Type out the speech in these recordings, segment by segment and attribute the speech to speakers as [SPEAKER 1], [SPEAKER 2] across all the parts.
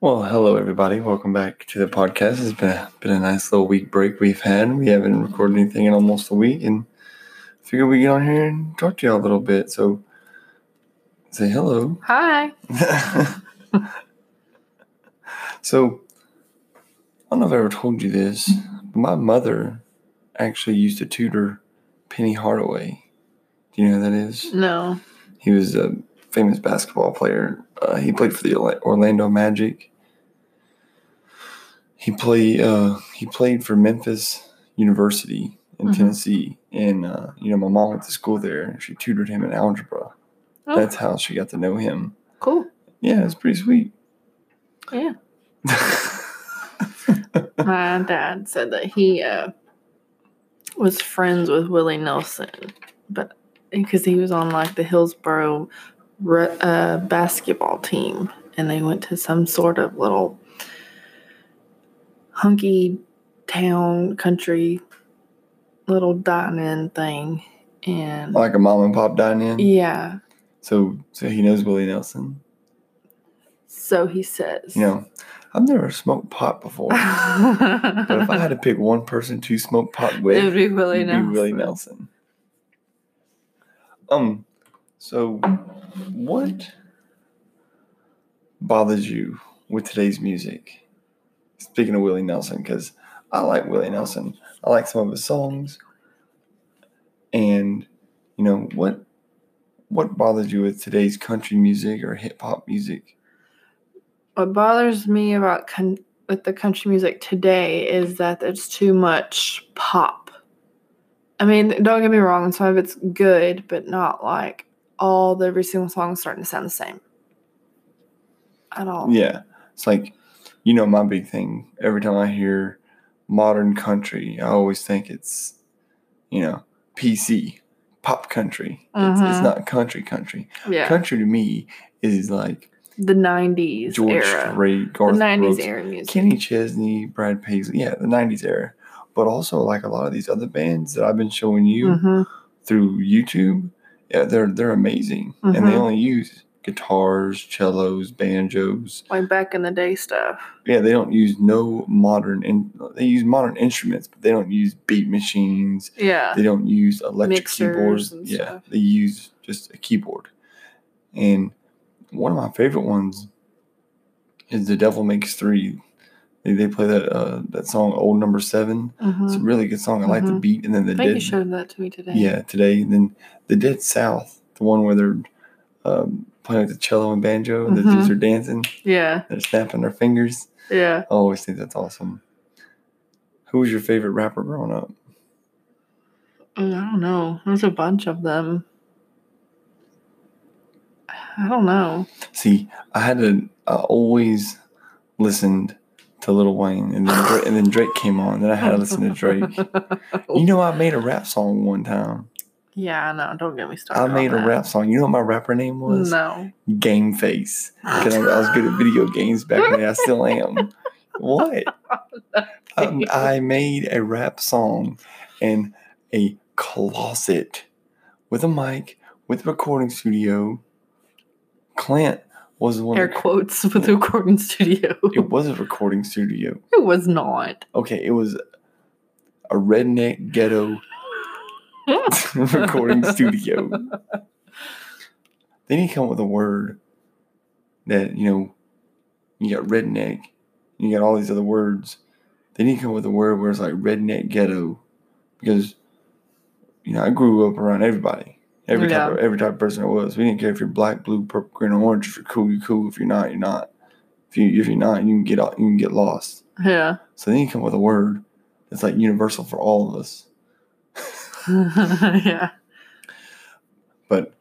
[SPEAKER 1] Well, hello everybody. Welcome back to the podcast. It's been a, been a nice little week break we've had. We haven't recorded anything in almost a week, and figured we get on here and talk to y'all a little bit. So, say hello.
[SPEAKER 2] Hi.
[SPEAKER 1] so, I don't know if I ever told you this, but my mother actually used to tutor Penny Hardaway. Do you know who that is?
[SPEAKER 2] No.
[SPEAKER 1] He was a famous basketball player. Uh, he played for the Orla- Orlando Magic. He play uh, he played for Memphis University in
[SPEAKER 2] Mhm.
[SPEAKER 1] Tennessee, and uh, you know my mom went to school there. and She tutored him in algebra.
[SPEAKER 2] Oh,
[SPEAKER 1] That's how she got to know him.
[SPEAKER 2] cool.
[SPEAKER 1] Yeah, it's pretty sweet.
[SPEAKER 2] Yeah. My dad said that he uh, was friends with Willie Nelson, but because he was on like the Hillsboro re- uh, basketball team, and they went to some sort of little hunky town country little dining thing, and
[SPEAKER 1] like a mom and pop dine-in.
[SPEAKER 2] yeah.
[SPEAKER 1] So so he knows Willie Nelson.
[SPEAKER 2] So he says,
[SPEAKER 1] You know, I've never smoked pot before. But if I had to pick one person to smoke pot with,
[SPEAKER 2] it would be Willie
[SPEAKER 1] it'd be
[SPEAKER 2] Nelson.
[SPEAKER 1] Willie Nelson. Um, so what bothers you with today's music? Speaking of Willie Nelson, because I like Willie Nelson. I like some of his songs. And you know what? What bothers you with today's country music or hip hop music?
[SPEAKER 2] what bothers me about con- with the country music today is that it's too much pop. I mean, don't get me wrong, some of it's good, but not like all the every single song is starting to sound the same at all.
[SPEAKER 1] Yeah, it's like, you know, my big thing. Every time I hear modern country, I always think it's, you know, PC, pop country. It's, it's
[SPEAKER 2] Mhm.
[SPEAKER 1] not country country.
[SPEAKER 2] Yeah.
[SPEAKER 1] Country to me is like
[SPEAKER 2] the 90s
[SPEAKER 1] George
[SPEAKER 2] era.
[SPEAKER 1] Strait,
[SPEAKER 2] The
[SPEAKER 1] Garth
[SPEAKER 2] 90s
[SPEAKER 1] Brooks,
[SPEAKER 2] era music.
[SPEAKER 1] Kenny Chesney, Brad Paisley. Yeah, the '90s era. But also like a lot of these other bands that I've been showing you
[SPEAKER 2] Mhm.
[SPEAKER 1] through YouTube, yeah, they're they're amazing, and they
[SPEAKER 2] Mhm.
[SPEAKER 1] only use guitars, cellos, banjos.
[SPEAKER 2] Like back in the day stuff.
[SPEAKER 1] yeah, they don't use no modern in they use modern instruments, but they don't use beat machines.
[SPEAKER 2] Yeah.
[SPEAKER 1] They don't use electric
[SPEAKER 2] Mixers
[SPEAKER 1] keyboards.
[SPEAKER 2] and
[SPEAKER 1] Yeah,
[SPEAKER 2] stuff.
[SPEAKER 1] they use just a keyboard. And one of my favorite ones is "The Devil Makes Three. They, they play that uh, that song "Old Number 7 It's a
[SPEAKER 2] Mhm.
[SPEAKER 1] really good song. I like the
[SPEAKER 2] Mhm.
[SPEAKER 1] beat. And then the
[SPEAKER 2] I think you
[SPEAKER 1] Dead
[SPEAKER 2] showed that to me today.
[SPEAKER 1] yeah, today. And then the Dead South, the one where they're um, playing with the cello and banjo, and the
[SPEAKER 2] Mhm.
[SPEAKER 1] dudes are dancing,
[SPEAKER 2] Yeah.
[SPEAKER 1] they're snapping their fingers.
[SPEAKER 2] Yeah.
[SPEAKER 1] Oh, I always think that's awesome. Who was your favorite rapper growing up?
[SPEAKER 2] Mm, I don't know. There's a bunch of them. I don't know.
[SPEAKER 1] See, I had to. I always listened to Lil Wayne, and then Drake, and then Drake came on. Then I had to listen to Drake. You know, I made a rap song one time.
[SPEAKER 2] yeah, no, don't get me started.
[SPEAKER 1] I
[SPEAKER 2] on
[SPEAKER 1] made a
[SPEAKER 2] that.
[SPEAKER 1] rap song. You know what my rapper name was?
[SPEAKER 2] No.
[SPEAKER 1] Game Face. Because I, I was good at video games back then. I still am. What? Um, I made a rap song in a closet with a mic, with a recording studio. Clint was one.
[SPEAKER 2] Air
[SPEAKER 1] Of,
[SPEAKER 2] quotes with the recording studio.
[SPEAKER 1] it was a recording studio.
[SPEAKER 2] It was not.
[SPEAKER 1] Okay, it was a redneck ghetto recording studio. They need to come up with a word that you know. You got redneck. You got all these other words. They need to come up with a word where it's like redneck ghetto, because you know I grew up around everybody. Every type, of, every type of person it was. We didn't care if you're black, blue, purple, green, or orange. If you're cool, you're cool. If you're not, you're not. If you if you're not, you can get out- you can get lost.
[SPEAKER 2] Yeah.
[SPEAKER 1] So then you come up with a word that's like universal for all of us.
[SPEAKER 2] yeah.
[SPEAKER 1] But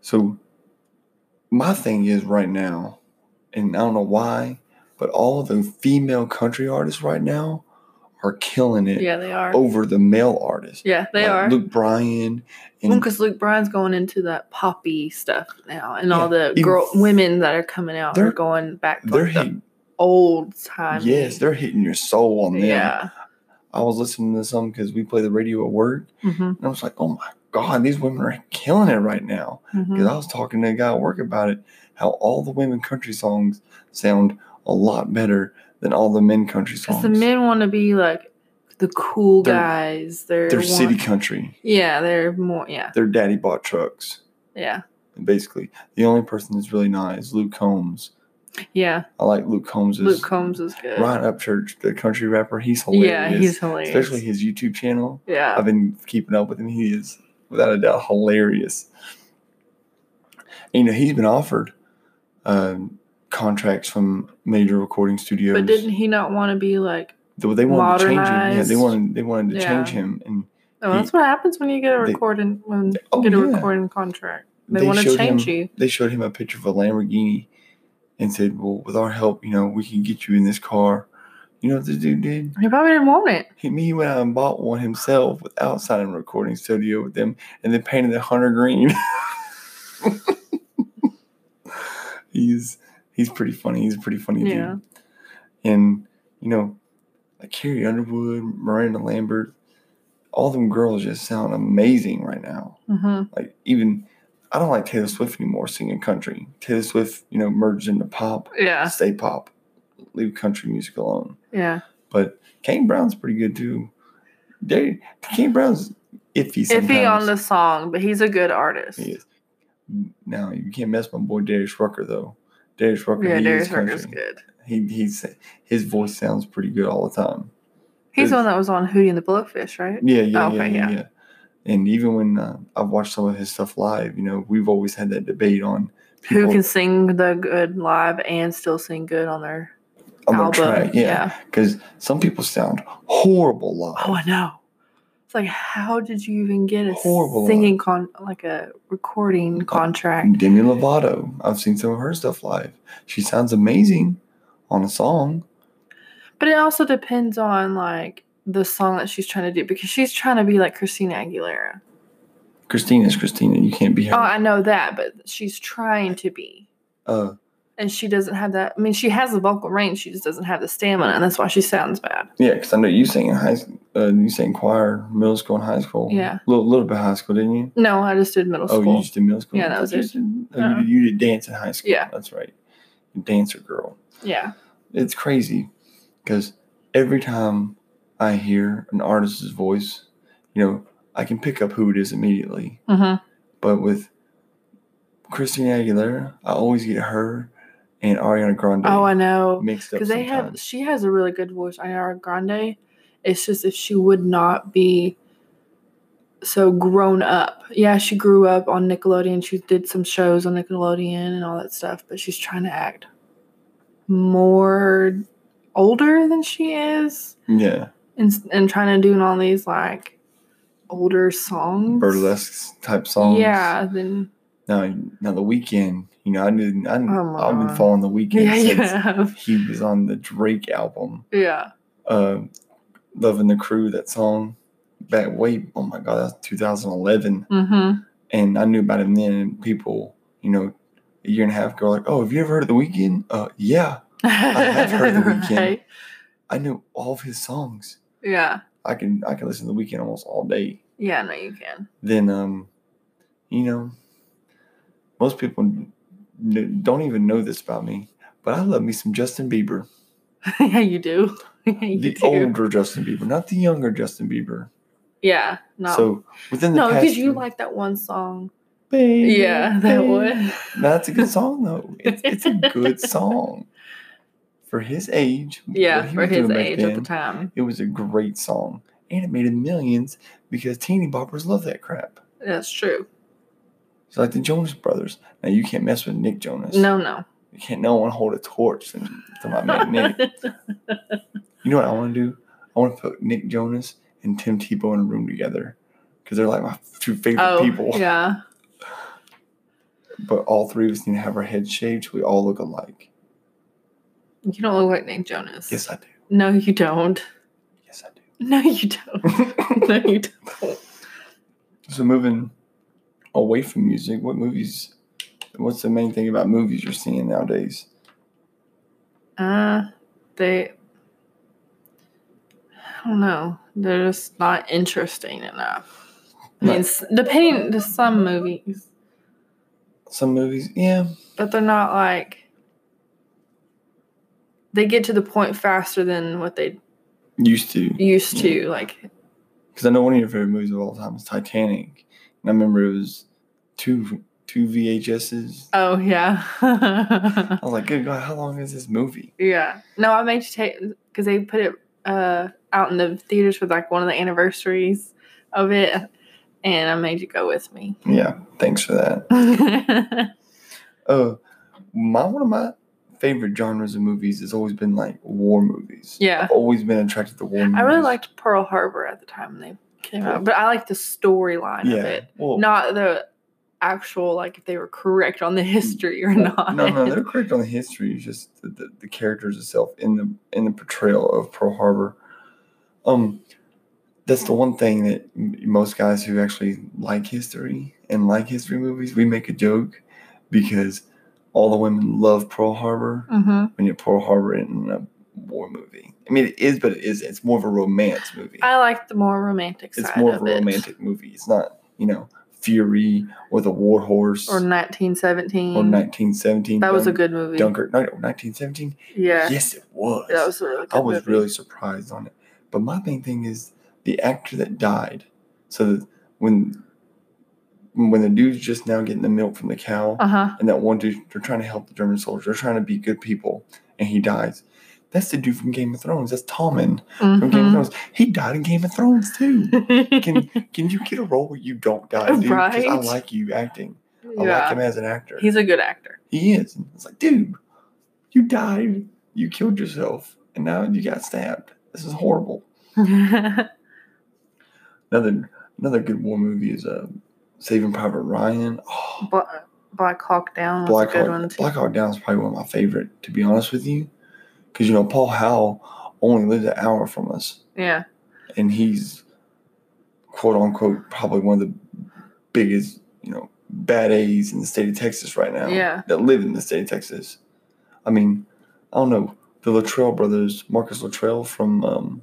[SPEAKER 1] so my thing is right now, and I don't know why, but all the female country artists right now are killing it
[SPEAKER 2] Yeah, they are.
[SPEAKER 1] over the male artists.
[SPEAKER 2] yeah, they
[SPEAKER 1] Like
[SPEAKER 2] are.
[SPEAKER 1] Oh, uh, Luke Bryan and
[SPEAKER 2] Because Luke Bryan's going into that poppy stuff now, and all
[SPEAKER 1] Yeah,
[SPEAKER 2] the
[SPEAKER 1] even-
[SPEAKER 2] girl women that are coming out
[SPEAKER 1] They're-
[SPEAKER 2] are going back to
[SPEAKER 1] they're
[SPEAKER 2] like the
[SPEAKER 1] hitting
[SPEAKER 2] old time.
[SPEAKER 1] yes, they're hitting your soul on them.
[SPEAKER 2] yeah.
[SPEAKER 1] I was listening to some because we play the radio at work,
[SPEAKER 2] hmm
[SPEAKER 1] and I was like, oh my god, these women are killing it right now.
[SPEAKER 2] mm-hmm.
[SPEAKER 1] Because I was talking to a guy at work about it, how all the women country songs sound a lot better than all the men country songs.
[SPEAKER 2] Because the men want to be like the cool
[SPEAKER 1] They're-
[SPEAKER 2] guys. They're
[SPEAKER 1] they're city
[SPEAKER 2] want-
[SPEAKER 1] country.
[SPEAKER 2] Yeah, they're more. Yeah,
[SPEAKER 1] They're daddy bought trucks.
[SPEAKER 2] yeah,
[SPEAKER 1] Basically, the only person that's really not is Luke Combs.
[SPEAKER 2] yeah.
[SPEAKER 1] I like Luke Combs's
[SPEAKER 2] Luke Combs is good.
[SPEAKER 1] Ryan Upchurch, the country rapper. He's hilarious.
[SPEAKER 2] yeah, he's hilarious.
[SPEAKER 1] especially his YouTube channel.
[SPEAKER 2] yeah,
[SPEAKER 1] I've been keeping up with him. He is without a doubt hilarious. And, you know, he's been offered um, contracts from major recording studios.
[SPEAKER 2] but didn't he not want to be like?
[SPEAKER 1] they, they wanted to change him? Yeah, they
[SPEAKER 2] modernized?
[SPEAKER 1] wanted they wanted to change
[SPEAKER 2] Yeah.
[SPEAKER 1] him, and
[SPEAKER 2] Oh,
[SPEAKER 1] He-
[SPEAKER 2] that's what happens when you get a
[SPEAKER 1] they-
[SPEAKER 2] recording when you
[SPEAKER 1] oh,
[SPEAKER 2] get a
[SPEAKER 1] yeah.
[SPEAKER 2] recording contract. They,
[SPEAKER 1] They
[SPEAKER 2] want to
[SPEAKER 1] showed
[SPEAKER 2] change
[SPEAKER 1] him-
[SPEAKER 2] you.
[SPEAKER 1] they showed him a picture of a Lamborghini, and said, "Well, with our help, you know, we can get you in this car." You know what this dude did?
[SPEAKER 2] He probably didn't want it.
[SPEAKER 1] He, he went out and bought one himself without signing a recording studio with them, and then painted it hunter green. he's he's pretty funny. He's a pretty funny
[SPEAKER 2] Yeah.
[SPEAKER 1] dude. And you know, like Carrie Underwood, Miranda Lambert, all them girls just sound amazing right now.
[SPEAKER 2] hmm
[SPEAKER 1] Like even I don't like Taylor Swift anymore singing country. Taylor Swift, you know, merged into pop.
[SPEAKER 2] Yeah,
[SPEAKER 1] Stay pop. Leave country music alone.
[SPEAKER 2] yeah.
[SPEAKER 1] But Kane Brown's pretty good too. They, Kane Brown's iffy sometimes.
[SPEAKER 2] Iffy on the song, but he's a good artist.
[SPEAKER 1] He is. Now you can't mess with my boy Darius Rucker though. Darius Rucker,
[SPEAKER 2] Yeah,
[SPEAKER 1] he
[SPEAKER 2] Darius
[SPEAKER 1] is
[SPEAKER 2] Rucker's
[SPEAKER 1] country.
[SPEAKER 2] good.
[SPEAKER 1] He he's his voice sounds pretty good all the time.
[SPEAKER 2] He's the one that was on Hootie and the Blowfish, right?
[SPEAKER 1] Yeah, yeah,
[SPEAKER 2] Oh,
[SPEAKER 1] yeah,
[SPEAKER 2] okay,
[SPEAKER 1] yeah,
[SPEAKER 2] yeah.
[SPEAKER 1] yeah. And even when uh, I've watched some of his stuff live, you know, we've always had that debate on people
[SPEAKER 2] Who can sing the good live and still sing good on their
[SPEAKER 1] on their
[SPEAKER 2] album?
[SPEAKER 1] track, yeah, because some people sound horrible live.
[SPEAKER 2] Oh, I know. It's like, how did you even get a
[SPEAKER 1] Horrible Oh,
[SPEAKER 2] singing con like a recording contract?
[SPEAKER 1] Demi Lovato, I've seen some of her stuff live. She sounds amazing on a song.
[SPEAKER 2] But it also depends on like the song that she's trying to do because she's trying to be like Christina Aguilera.
[SPEAKER 1] Christina's Christina. You can't be her.
[SPEAKER 2] Oh, I know that, but she's trying to be.
[SPEAKER 1] uh,
[SPEAKER 2] And she doesn't have that. I mean, she has the vocal range. She just doesn't have the stamina, and that's why she sounds bad.
[SPEAKER 1] yeah, because I know you sang in high, s- uh, you sang choir, middle school and high school.
[SPEAKER 2] Yeah.
[SPEAKER 1] a little, little bit high school, didn't you?
[SPEAKER 2] No, I just did middle
[SPEAKER 1] Oh,
[SPEAKER 2] school.
[SPEAKER 1] you just did middle school.
[SPEAKER 2] Yeah, that was
[SPEAKER 1] You
[SPEAKER 2] it.
[SPEAKER 1] just did- oh,
[SPEAKER 2] Uh-huh.
[SPEAKER 1] you, did, you did dance in high school.
[SPEAKER 2] Yeah.
[SPEAKER 1] that's right. You dancer girl.
[SPEAKER 2] yeah.
[SPEAKER 1] It's crazy because every time I hear an artist's voice, you know, I can pick up who it is immediately.
[SPEAKER 2] Mm-hmm.
[SPEAKER 1] But with Christina Aguilera, I always get her and Ariana Grande
[SPEAKER 2] Oh, I know.
[SPEAKER 1] mixed up.
[SPEAKER 2] because they have
[SPEAKER 1] sometimes.
[SPEAKER 2] she has a really good voice Ariana Grande it's just if she would not be so grown up yeah she grew up on Nickelodeon she did some shows on Nickelodeon and all that stuff but she's trying to act more older than she is
[SPEAKER 1] yeah
[SPEAKER 2] and, and trying to do all these like older songs
[SPEAKER 1] burlesque type songs.
[SPEAKER 2] yeah then
[SPEAKER 1] Now, now the weekend, you know, I didn't. I didn't
[SPEAKER 2] Oh my
[SPEAKER 1] I've been
[SPEAKER 2] God.
[SPEAKER 1] following the weekend
[SPEAKER 2] yeah you
[SPEAKER 1] since
[SPEAKER 2] have
[SPEAKER 1] he was on the Drake album,
[SPEAKER 2] yeah
[SPEAKER 1] uh, "Loving the Crew." That song back way. Oh my God, that's 2011,
[SPEAKER 2] mm-hmm
[SPEAKER 1] and I knew about him then. And people, you know, a year and a half ago, like, "Oh, have you ever heard of the weekend?" Uh, yeah, have heard The Weeknd. I knew all of his songs.
[SPEAKER 2] yeah
[SPEAKER 1] I can I can listen to the weekend almost all day.
[SPEAKER 2] yeah no you can
[SPEAKER 1] Then um, you know, most people n- n- don't even know this about me, but I love me some Justin Bieber,
[SPEAKER 2] yeah, you do. Yeah, you
[SPEAKER 1] the
[SPEAKER 2] do.
[SPEAKER 1] older Justin Bieber, not the younger Justin Bieber.
[SPEAKER 2] yeah, no.
[SPEAKER 1] So within the
[SPEAKER 2] no,
[SPEAKER 1] past
[SPEAKER 2] because you
[SPEAKER 1] few-
[SPEAKER 2] like that one song.
[SPEAKER 1] Baby,
[SPEAKER 2] Yeah, that
[SPEAKER 1] baby.
[SPEAKER 2] one.
[SPEAKER 1] Now, That's a good song though. It's, it's a good song for his age.
[SPEAKER 2] Yeah,
[SPEAKER 1] what he
[SPEAKER 2] for
[SPEAKER 1] was doing
[SPEAKER 2] his
[SPEAKER 1] back
[SPEAKER 2] age at the
[SPEAKER 1] then,
[SPEAKER 2] time.
[SPEAKER 1] It was a great song, and it made him millions because teeny boppers love that crap.
[SPEAKER 2] That's true.
[SPEAKER 1] It's like the Jonas Brothers. Now you can't mess with Nick Jonas.
[SPEAKER 2] No, no.
[SPEAKER 1] you can't. No one hold a torch to to my man Nick. You know what I want to do? I want to put Nick Jonas and Tim Tebow in a room together because they're like my two favorite
[SPEAKER 2] oh,
[SPEAKER 1] people.
[SPEAKER 2] yeah.
[SPEAKER 1] But all three of us need to have our heads shaved so we all look alike.
[SPEAKER 2] You don't look like Nick Jonas.
[SPEAKER 1] Yes, I do.
[SPEAKER 2] No, you don't.
[SPEAKER 1] Yes, I do.
[SPEAKER 2] No, you don't. no, you don't.
[SPEAKER 1] So moving away from music, what movies? What's the main thing about movies you're seeing nowadays?
[SPEAKER 2] Uh, they. I don't know. They're just not interesting enough. I
[SPEAKER 1] Right.
[SPEAKER 2] mean, s- depending to some movies,
[SPEAKER 1] Some movies, yeah,
[SPEAKER 2] but they're not like they get to the point faster than what they
[SPEAKER 1] used to.
[SPEAKER 2] used to. Like,
[SPEAKER 1] Because I know one of your favorite movies of all time is Titanic, and I remember it was two two VHSs.
[SPEAKER 2] oh yeah,
[SPEAKER 1] I was like, good God, how long is this movie?
[SPEAKER 2] yeah. No, I made you take because they put it uh, out in the theaters for like one of the anniversaries of it, and I made you go with me.
[SPEAKER 1] Yeah, thanks for that. Uh, my one of my favorite genres of movies has always been like war movies.
[SPEAKER 2] yeah.
[SPEAKER 1] I've always been attracted to war movies.
[SPEAKER 2] I really liked Pearl Harbor at the time they came out, but I liked the storyline
[SPEAKER 1] yeah.
[SPEAKER 2] of it,
[SPEAKER 1] Well,
[SPEAKER 2] not the actual like if they were correct on the history or not.
[SPEAKER 1] no, no, they're correct on the history. It's just the, the, the characters itself in the in the portrayal of Pearl Harbor. Um, that's the one thing that m- most guys who actually like history and like history movies, we make a joke because all the women love Pearl Harbor.
[SPEAKER 2] hmm
[SPEAKER 1] when you're Pearl Harbor in a war movie. I mean, it is, but it isn't. It's more of a romance movie.
[SPEAKER 2] I liked the more romantic side
[SPEAKER 1] it's more of
[SPEAKER 2] of
[SPEAKER 1] a
[SPEAKER 2] it,
[SPEAKER 1] romantic movie. It's not, you know, Fury or The War Horse
[SPEAKER 2] or 1917.
[SPEAKER 1] or 1917.
[SPEAKER 2] that was a
[SPEAKER 1] Dun-
[SPEAKER 2] good movie.
[SPEAKER 1] Dunkirk. No, no, 1917.
[SPEAKER 2] Yeah,
[SPEAKER 1] Yes, it was.
[SPEAKER 2] that was a really good
[SPEAKER 1] I was
[SPEAKER 2] movie.
[SPEAKER 1] really surprised on it. But my main thing is the actor that died. So that when when the dude's just now getting the milk from the cow,
[SPEAKER 2] Uh huh.
[SPEAKER 1] and that one dude they're trying to help the German soldiers, they're trying to be good people, and he dies. That's the dude from Game of Thrones. That's Tommen from
[SPEAKER 2] Mm-hmm.
[SPEAKER 1] Game of Thrones. He died in Game of Thrones too. Can can you get a role where you don't die, dude? 'Cause I
[SPEAKER 2] Right.
[SPEAKER 1] like you acting. I like
[SPEAKER 2] yeah,
[SPEAKER 1] him as an actor.
[SPEAKER 2] he's a good actor.
[SPEAKER 1] he is. And It's like, dude, you died. You killed yourself, and now you got stabbed. This is horrible.
[SPEAKER 2] oh
[SPEAKER 1] Another another good war movie is uh, Saving Private Ryan. Oh,
[SPEAKER 2] Bla- Black Hawk Down was
[SPEAKER 1] Black
[SPEAKER 2] a good
[SPEAKER 1] Hawk,
[SPEAKER 2] one too.
[SPEAKER 1] Black Hawk Down is probably one of my favorite, to be honest with you, because you know Paul Howell only lives an hour from us,
[SPEAKER 2] yeah,
[SPEAKER 1] and he's quote unquote probably one of the biggest, you know, bad A's in the state of Texas right now.
[SPEAKER 2] Yeah.
[SPEAKER 1] that live in the state of Texas. I mean, I don't know the Latrell brothers, Marcus Latrell from um,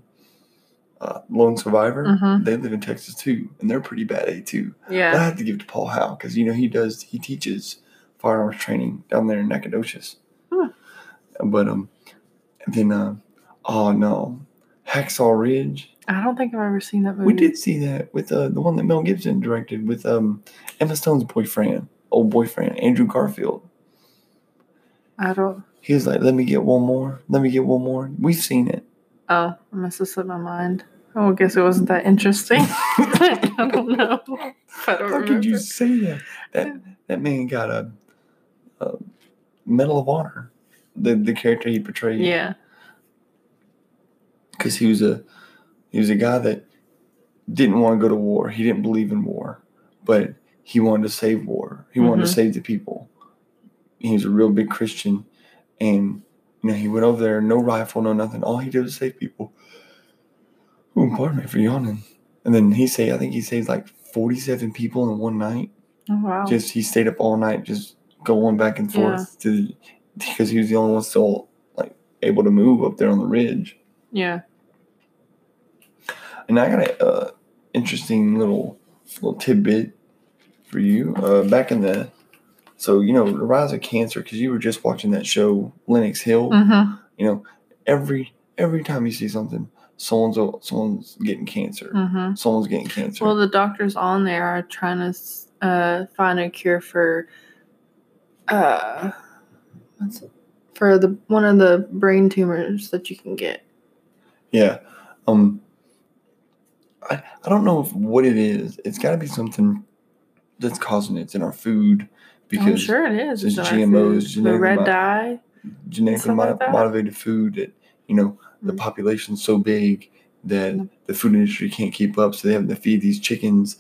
[SPEAKER 1] uh, Lone Survivor.
[SPEAKER 2] Mhm.
[SPEAKER 1] They live in Texas too, and they're pretty bad A too. But I
[SPEAKER 2] yeah.
[SPEAKER 1] have to give it to Paul Howe because you know he does he teaches firearms training down there in Nacogdoches.
[SPEAKER 2] Hmm.
[SPEAKER 1] But um, and then uh, oh no, Hacksaw Ridge.
[SPEAKER 2] I don't think I've ever seen that movie.
[SPEAKER 1] We did see that with uh, the one that Mel Gibson directed with um Emma Stone's boyfriend, old boyfriend Andrew Garfield.
[SPEAKER 2] I don't.
[SPEAKER 1] He was like, "Let me get one more. Let me get one more." We've seen it.
[SPEAKER 2] Oh, I must have slipped my mind. Oh, I guess it wasn't that interesting. I don't know. I don't
[SPEAKER 1] How
[SPEAKER 2] remember.
[SPEAKER 1] could you say that? That that man got a, a Medal of Honor. The the character he portrayed.
[SPEAKER 2] Yeah.
[SPEAKER 1] because he was a he was a guy that didn't want to go to war. He didn't believe in war, but he wanted to save war. He wanted to save the people. He was a real big Christian, and you know he went over there, no rifle, no nothing. All he did was save people. Ooh, pardon me for yawning. And then he say, I think he saved like forty-seven people in one night.
[SPEAKER 2] Oh, wow.
[SPEAKER 1] Just he stayed up all night, just going back and forth to because he was the only one still like able to move up there on the ridge.
[SPEAKER 2] yeah.
[SPEAKER 1] And I got a uh, interesting little little tidbit for you. Uh, back in the so you know the rise of cancer because you were just watching that show Lennox Hill.
[SPEAKER 2] Mm-hmm.
[SPEAKER 1] You know every every time you see something, someone's someone's getting cancer.
[SPEAKER 2] Mm-hmm.
[SPEAKER 1] Someone's getting cancer.
[SPEAKER 2] Well, the doctors on there are trying to s- uh, find a cure for uh, what's it? for the one of the brain tumors that you can get.
[SPEAKER 1] yeah. Um. I I don't know if, what it is. It's got to be something that's causing it. It's in our food because
[SPEAKER 2] I'm Oh, sure it is.
[SPEAKER 1] it's
[SPEAKER 2] in our
[SPEAKER 1] GMOs,
[SPEAKER 2] food. the
[SPEAKER 1] genetically
[SPEAKER 2] red
[SPEAKER 1] mod-
[SPEAKER 2] dye.
[SPEAKER 1] genetically
[SPEAKER 2] Something like
[SPEAKER 1] modi-
[SPEAKER 2] that?
[SPEAKER 1] motivated food that you know the
[SPEAKER 2] Mm.
[SPEAKER 1] population's so big that
[SPEAKER 2] Mm.
[SPEAKER 1] the food industry can't keep up, so they have to feed these chickens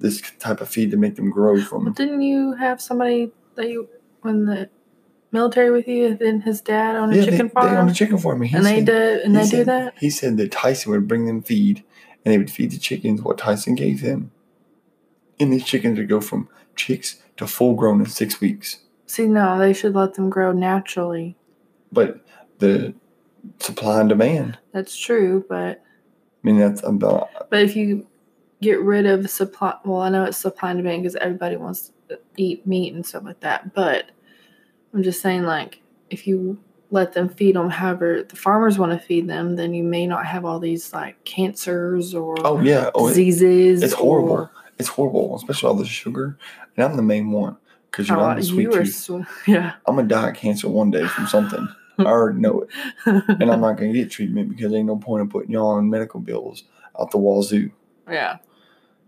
[SPEAKER 1] this type of feed to make them grow
[SPEAKER 2] But
[SPEAKER 1] from.
[SPEAKER 2] didn't you have somebody that you when the military with you? Then his dad on a
[SPEAKER 1] yeah,
[SPEAKER 2] chicken
[SPEAKER 1] they,
[SPEAKER 2] farm.
[SPEAKER 1] they own a chicken farm. he
[SPEAKER 2] and they
[SPEAKER 1] said-
[SPEAKER 2] do and
[SPEAKER 1] he
[SPEAKER 2] they do
[SPEAKER 1] said-
[SPEAKER 2] that
[SPEAKER 1] He said that Tyson would bring them feed, and they would feed the chickens what Tyson gave them, and these chickens would go from chicks to full grown in six weeks.
[SPEAKER 2] see no they should let them grow naturally
[SPEAKER 1] But the supply and demand.
[SPEAKER 2] that's true but
[SPEAKER 1] mean, that's about
[SPEAKER 2] But if you get rid of supply, well, I know it's supply and demand because everybody wants to eat meat and stuff like that. But I'm just saying, like, if you let them feed them however the farmers want to feed them, then you may not have all these like cancers or
[SPEAKER 1] oh yeah, oh it,
[SPEAKER 2] diseases.
[SPEAKER 1] it's horrible.
[SPEAKER 2] or-
[SPEAKER 1] it's horrible, especially all the sugar. And I'm the main one because you know
[SPEAKER 2] Oh,
[SPEAKER 1] I'm the sweet
[SPEAKER 2] you are
[SPEAKER 1] tooth.
[SPEAKER 2] so, yeah.
[SPEAKER 1] I'm gonna die of cancer one day from something. I already know it, and I'm not gonna get treatment because ain't no point in putting y'all on medical bills out the wazoo.
[SPEAKER 2] yeah.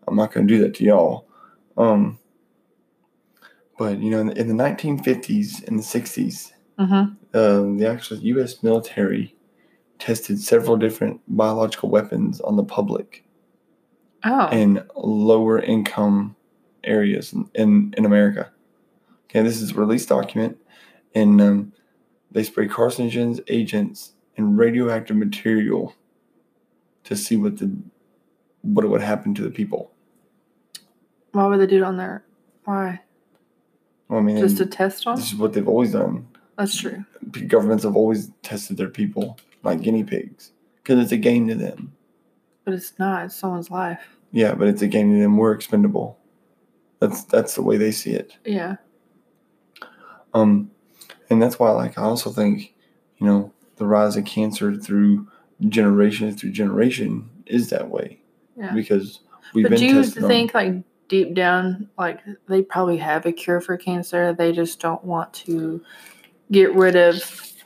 [SPEAKER 1] I'm not going to do that to y'all. Um, but you know, in the, in the 1950s and the 60s,
[SPEAKER 2] Mm-hmm.
[SPEAKER 1] um, the actual U.S. military tested several different biological weapons on the public
[SPEAKER 2] Oh.
[SPEAKER 1] in lower income areas in, in, in America. Okay, this is a release document, and um, they spray carcinogens, agents, and radioactive material to see what the what would happen to the people.
[SPEAKER 2] Why would they do it on their? Why?
[SPEAKER 1] I mean,
[SPEAKER 2] Just to test them?
[SPEAKER 1] This is what they've always done.
[SPEAKER 2] That's true.
[SPEAKER 1] P- Governments have always tested their people like guinea pigs because it's a game to them.
[SPEAKER 2] But it's not. It's someone's life.
[SPEAKER 1] Yeah, but it's a game to them. We're expendable. That's that's the way they see it.
[SPEAKER 2] Yeah.
[SPEAKER 1] Um, and that's why, like, I also think, you know, the rise of cancer through generation through generation is that way
[SPEAKER 2] Yeah.
[SPEAKER 1] because we've
[SPEAKER 2] But
[SPEAKER 1] been
[SPEAKER 2] do you
[SPEAKER 1] tested on-
[SPEAKER 2] think, like, deep down, like, they probably have a cure for cancer? They just don't want to get rid of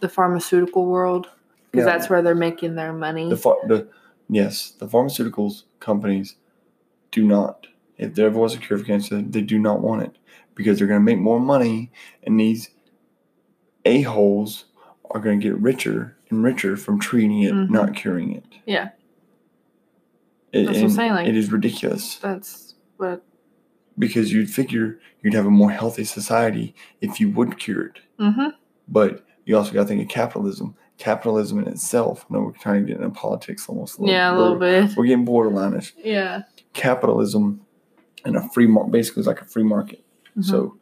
[SPEAKER 2] the pharmaceutical world
[SPEAKER 1] Yeah.
[SPEAKER 2] because that's where they're making their money.
[SPEAKER 1] The, ph- the yes, the pharmaceuticals companies do not. If there ever was a cure for cancer, they do not want it because they're going to make more money, and these a holes are going to get richer and richer from treating it,
[SPEAKER 2] Mhm.
[SPEAKER 1] not curing it.
[SPEAKER 2] Yeah.
[SPEAKER 1] It-
[SPEAKER 2] That's what I'm
[SPEAKER 1] and
[SPEAKER 2] saying, like-
[SPEAKER 1] it is ridiculous
[SPEAKER 2] that's what.
[SPEAKER 1] because you'd figure you'd have a more healthy society if you would cure it.
[SPEAKER 2] Mm-hmm.
[SPEAKER 1] But you also got to think of capitalism. Capitalism in itself. No, we're trying to get into politics almost.
[SPEAKER 2] Yeah, a little
[SPEAKER 1] we're-
[SPEAKER 2] bit.
[SPEAKER 1] We're getting borderline-ish.
[SPEAKER 2] Yeah.
[SPEAKER 1] capitalism and a free market basically it's like a free market
[SPEAKER 2] Mhm.
[SPEAKER 1] so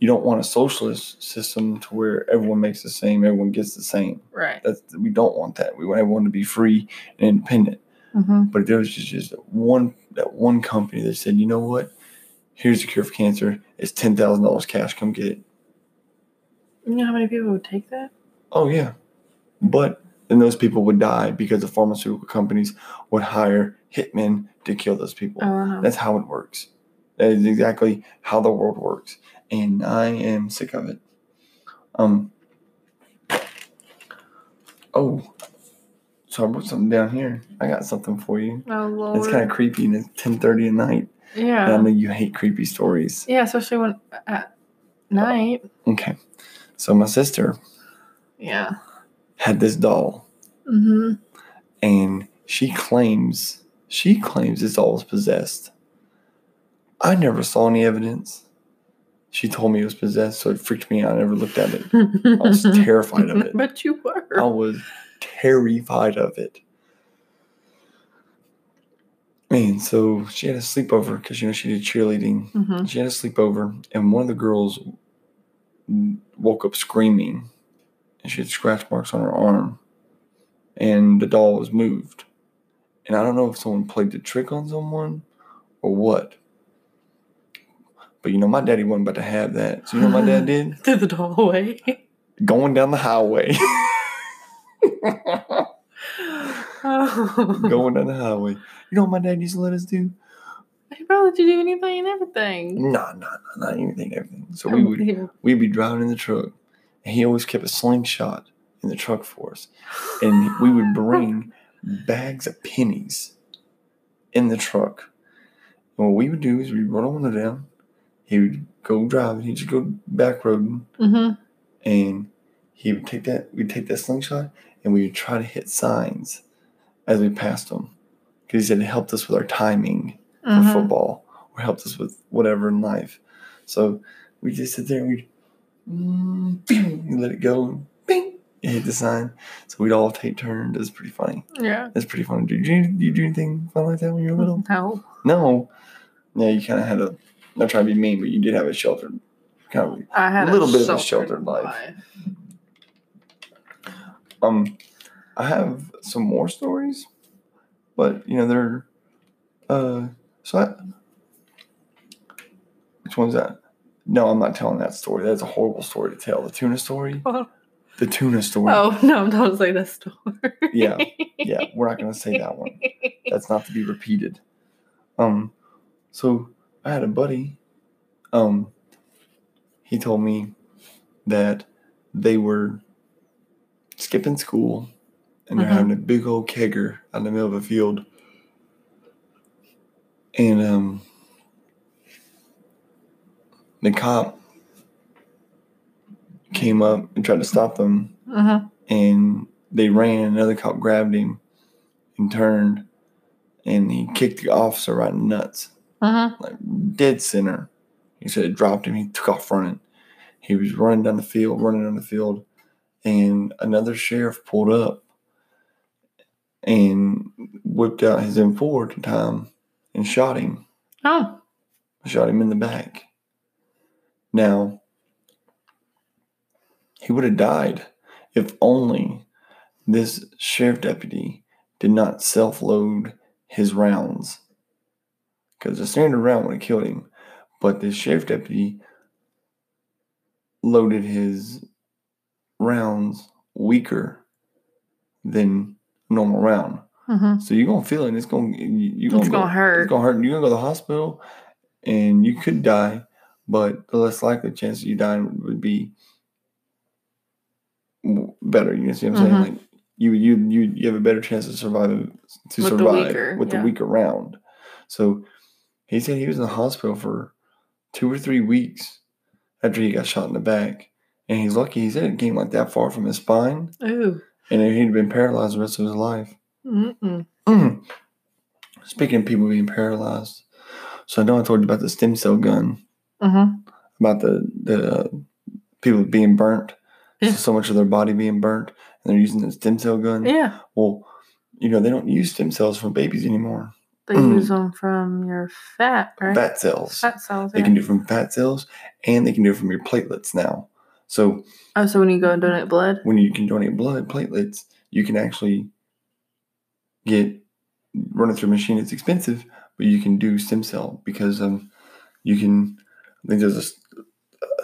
[SPEAKER 1] you don't want a socialist system to where everyone makes the same everyone gets the same
[SPEAKER 2] right.
[SPEAKER 1] that's we don't want that we want everyone to be free and independent
[SPEAKER 2] Mm-hmm.
[SPEAKER 1] but if there was just, just one that one company that said you know what here's the cure for cancer it's $10000 cash come get it
[SPEAKER 2] You know how many people would take that?
[SPEAKER 1] oh yeah but then those people would die because the pharmaceutical companies would hire hitmen to kill those people
[SPEAKER 2] Oh, I know.
[SPEAKER 1] That's how it works. That is exactly how the world works, and I am sick of it. Um. Oh, so I wrote something down here. I got something for you.
[SPEAKER 2] Oh, Lord.
[SPEAKER 1] It's kind of creepy, and it's ten thirty at night,
[SPEAKER 2] yeah.
[SPEAKER 1] and I know you hate creepy stories.
[SPEAKER 2] Yeah, especially when at night.
[SPEAKER 1] Okay, so my sister
[SPEAKER 2] Yeah.
[SPEAKER 1] had this doll,
[SPEAKER 2] Mm-hmm.
[SPEAKER 1] and she claims she claims this doll was possessed. I never saw any evidence. She told me it was possessed, so it freaked me out. I never looked at it. I was terrified of it.
[SPEAKER 2] But you were.
[SPEAKER 1] I was terrified of it. And so she had a sleepover because you know she did cheerleading.
[SPEAKER 2] Mm-hmm.
[SPEAKER 1] She had a sleepover, and one of the girls w- woke up screaming, and she had scratch marks on her arm, and the doll was moved. And I don't know if someone played the trick on someone or what. But you know, my daddy wasn't about to have that. So you know what my dad did?
[SPEAKER 2] Through the doorway.
[SPEAKER 1] going down the highway.
[SPEAKER 2] oh.
[SPEAKER 1] going down the highway. You know what my dad used to let us do?
[SPEAKER 2] He probably let you do anything and everything.
[SPEAKER 1] Nah, nah, nah, not anything, everything. So
[SPEAKER 2] Oh,
[SPEAKER 1] we would we'd be driving in the truck, and he always kept a slingshot in the truck for us, and we would bring bags of pennies in the truck. And what we would do is we'd run a window down. He would go driving. He'd just go back roading,
[SPEAKER 2] Mm-hmm.
[SPEAKER 1] and he would take that we'd take that slingshot and we would try to hit signs as we passed them because he said it helped us with our timing for
[SPEAKER 2] hmm
[SPEAKER 1] football or helped us with whatever in life so we just sit there and we'd mm, bing, and let it go and bing it hit the sign so we'd all take turns it was pretty funny
[SPEAKER 2] Yeah.
[SPEAKER 1] it's pretty funny did you, did you do anything fun like that when you were little
[SPEAKER 2] No.
[SPEAKER 1] no yeah you kind of had a not trying to be mean but you did have a sheltered kind of
[SPEAKER 2] I had
[SPEAKER 1] Little bit of a
[SPEAKER 2] sheltered
[SPEAKER 1] sheltered life. Um, I have some more stories, But you know they're uh so I, which one's that? No, I'm not telling that story. That's a horrible story to tell. The tuna story.
[SPEAKER 2] Oh,
[SPEAKER 1] The tuna story.
[SPEAKER 2] oh, no, don't say that story.
[SPEAKER 1] Yeah, yeah, we're not gonna say that one. That's not to be repeated. Um, so I had a buddy. Um, he told me that they were skipping school and they're
[SPEAKER 2] Mhm.
[SPEAKER 1] having a big old kegger out in the middle of a field. And um, the cop came up and tried to stop them
[SPEAKER 2] Mhm.
[SPEAKER 1] and they ran. Another cop grabbed him and turned, and he kicked the officer right in the nuts,
[SPEAKER 2] Mhm.
[SPEAKER 1] like dead center. He said it dropped him. He took off running. He was running down the field, running down the field, and another sheriff pulled up and whipped out his M4 at the time and shot him
[SPEAKER 2] Oh,
[SPEAKER 1] shot him in the back. Now, he would have died if only this sheriff deputy did not self load his rounds. Because a standard round would have killed him, but this sheriff deputy loaded his rounds weaker than normal round.
[SPEAKER 2] mhm.
[SPEAKER 1] So you're gonna feel it. And it's gonna you, you
[SPEAKER 2] It's gonna hurt.
[SPEAKER 1] It's gonna hurt. You're gonna go to the hospital, and you could die, but the less likely chance of you dying would be w- better. You know what I'm saying?
[SPEAKER 2] Mhm.
[SPEAKER 1] Like you you you you have a better chance of surviving to
[SPEAKER 2] With the
[SPEAKER 1] survive
[SPEAKER 2] weaker,
[SPEAKER 1] with the
[SPEAKER 2] yeah.
[SPEAKER 1] weaker round. So he said he was in the hospital for two or three weeks after he got shot in the back. And he's lucky he said it came like that far from his spine,
[SPEAKER 2] Ooh.
[SPEAKER 1] and he'd been paralyzed the rest of his life.
[SPEAKER 2] Mm-mm.
[SPEAKER 1] Hmm. Speaking of people being paralyzed, so I know I told you about the stem cell gun,
[SPEAKER 2] Mhm.
[SPEAKER 1] about the the uh, people being burnt,
[SPEAKER 2] Yeah.
[SPEAKER 1] so, so much of their body being burnt, and they're using the stem cell gun.
[SPEAKER 2] Yeah.
[SPEAKER 1] Well, you know they don't use stem cells from babies anymore.
[SPEAKER 2] They
[SPEAKER 1] Mm.
[SPEAKER 2] use them from your fat, right?
[SPEAKER 1] Fat cells.
[SPEAKER 2] Fat cells.
[SPEAKER 1] They
[SPEAKER 2] yeah.
[SPEAKER 1] can do it from fat cells, and they can do it from your platelets now. So
[SPEAKER 2] oh, so when you go and donate blood.
[SPEAKER 1] when you can donate blood platelets, you can actually get run it through a machine. It's expensive, but you can do stem cell because um, you can. I think there's a s-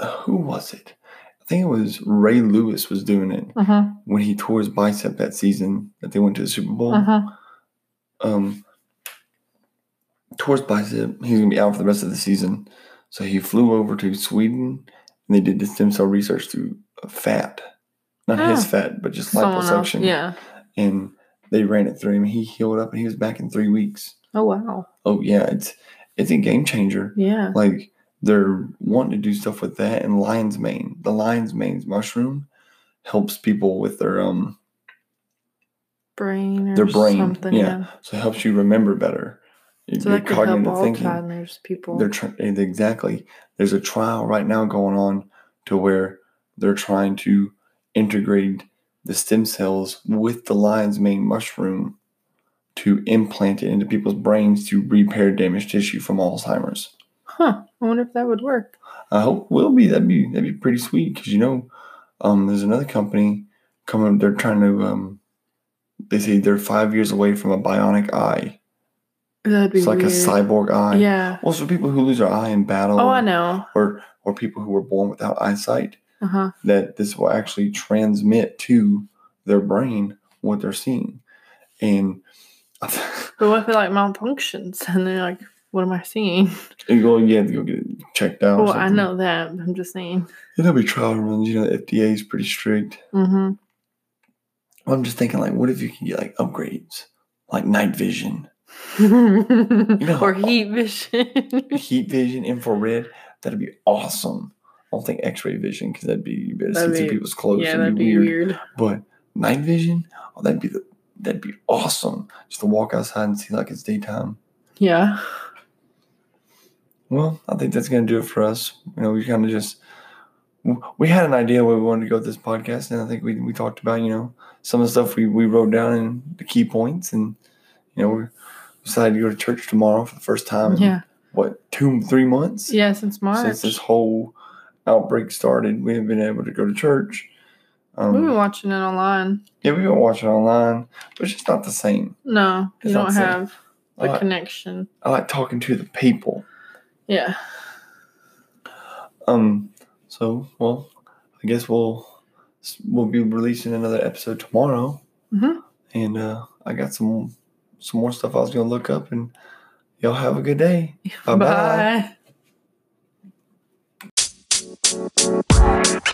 [SPEAKER 1] uh, who was it? I think it was Ray Lewis was doing it
[SPEAKER 2] Mhm.
[SPEAKER 1] when he tore his bicep that season that they went to the Super Bowl.
[SPEAKER 2] Mhm.
[SPEAKER 1] Um, tore his bicep. He's gonna be out for the rest of the season, so he flew over to Sweden and they did the stem cell research through fat, not his
[SPEAKER 2] Oh.
[SPEAKER 1] fat, but just
[SPEAKER 2] Someone else.
[SPEAKER 1] liposuction
[SPEAKER 2] Yeah.
[SPEAKER 1] and they ran it through him. He healed up, and he was back in three weeks.
[SPEAKER 2] Oh wow.
[SPEAKER 1] Oh yeah, it's it's a game changer.
[SPEAKER 2] Yeah.
[SPEAKER 1] Like they're wanting to do stuff with that and lion's mane. The lion's mane mushroom helps people with their um,
[SPEAKER 2] Brain or
[SPEAKER 1] Their brain,
[SPEAKER 2] something.
[SPEAKER 1] yeah. so it helps you remember better.
[SPEAKER 2] yeah.
[SPEAKER 1] Your-
[SPEAKER 2] So
[SPEAKER 1] your
[SPEAKER 2] that could help Alzheimer's people.
[SPEAKER 1] They're tr- and exactly. There's a trial right now going on to where they're trying to integrate the stem cells with the lion's mane mushroom to implant it into people's brains to repair damaged tissue from Alzheimer's.
[SPEAKER 2] Huh. I wonder if that would work.
[SPEAKER 1] I hope will be that'd be that'd be pretty sweet because you know um, there's another company coming. They're trying to. Um, they say they're five years away from a bionic eye.
[SPEAKER 2] That'd be
[SPEAKER 1] It's like
[SPEAKER 2] weird.
[SPEAKER 1] a cyborg eye.
[SPEAKER 2] Yeah.
[SPEAKER 1] Well, so people who lose their eye in battle
[SPEAKER 2] Oh, I know.
[SPEAKER 1] or or people who were born without eyesight
[SPEAKER 2] Uh huh.
[SPEAKER 1] that this will actually transmit to their brain what they're seeing and I th-
[SPEAKER 2] But what if it like malfunctions and they're like, what am I seeing?
[SPEAKER 1] you go you have to go get it checked out or
[SPEAKER 2] well, Oh, I
[SPEAKER 1] something.
[SPEAKER 2] know that. but I'm just saying.
[SPEAKER 1] it'll be trial runs you know the fda is pretty strict
[SPEAKER 2] Mm-hmm.
[SPEAKER 1] i'm just thinking like what if you can get like upgrades like night vision know-
[SPEAKER 2] or heat vision.
[SPEAKER 1] heat vision infrared that'd be awesome i don't think x-ray vision because that'd be you better
[SPEAKER 2] That'd
[SPEAKER 1] see through
[SPEAKER 2] be-
[SPEAKER 1] people's clothes
[SPEAKER 2] yeah,
[SPEAKER 1] it'd
[SPEAKER 2] that'd be weird.
[SPEAKER 1] But night vision, oh, that'd be the that'd be awesome. Just to walk outside and see like it's daytime.
[SPEAKER 2] Yeah.
[SPEAKER 1] Well, I think that's gonna do it for us. You know, we kind of just we had an idea where we wanted to go with this podcast, and I think we we talked about you know some of the stuff we we wrote down and the key points, and you know we decided to go to church tomorrow for the first time. In,
[SPEAKER 2] Yeah.
[SPEAKER 1] What two three months?
[SPEAKER 2] Yeah, since March.
[SPEAKER 1] Since this whole outbreak started, we haven't been able to go to church. Um,
[SPEAKER 2] We've been watching it online.
[SPEAKER 1] Yeah, we can watch it online, but it's just not the same.
[SPEAKER 2] No, you
[SPEAKER 1] It's not
[SPEAKER 2] don't
[SPEAKER 1] the same.
[SPEAKER 2] have
[SPEAKER 1] I
[SPEAKER 2] the
[SPEAKER 1] like,
[SPEAKER 2] connection.
[SPEAKER 1] I like talking to the people.
[SPEAKER 2] Yeah.
[SPEAKER 1] Um, so well, I guess we'll we'll be releasing another episode tomorrow,
[SPEAKER 2] Mhm.
[SPEAKER 1] and uh, I got some some more stuff I was gonna look up, and y'all have a good day. Bye-bye.
[SPEAKER 2] Bye.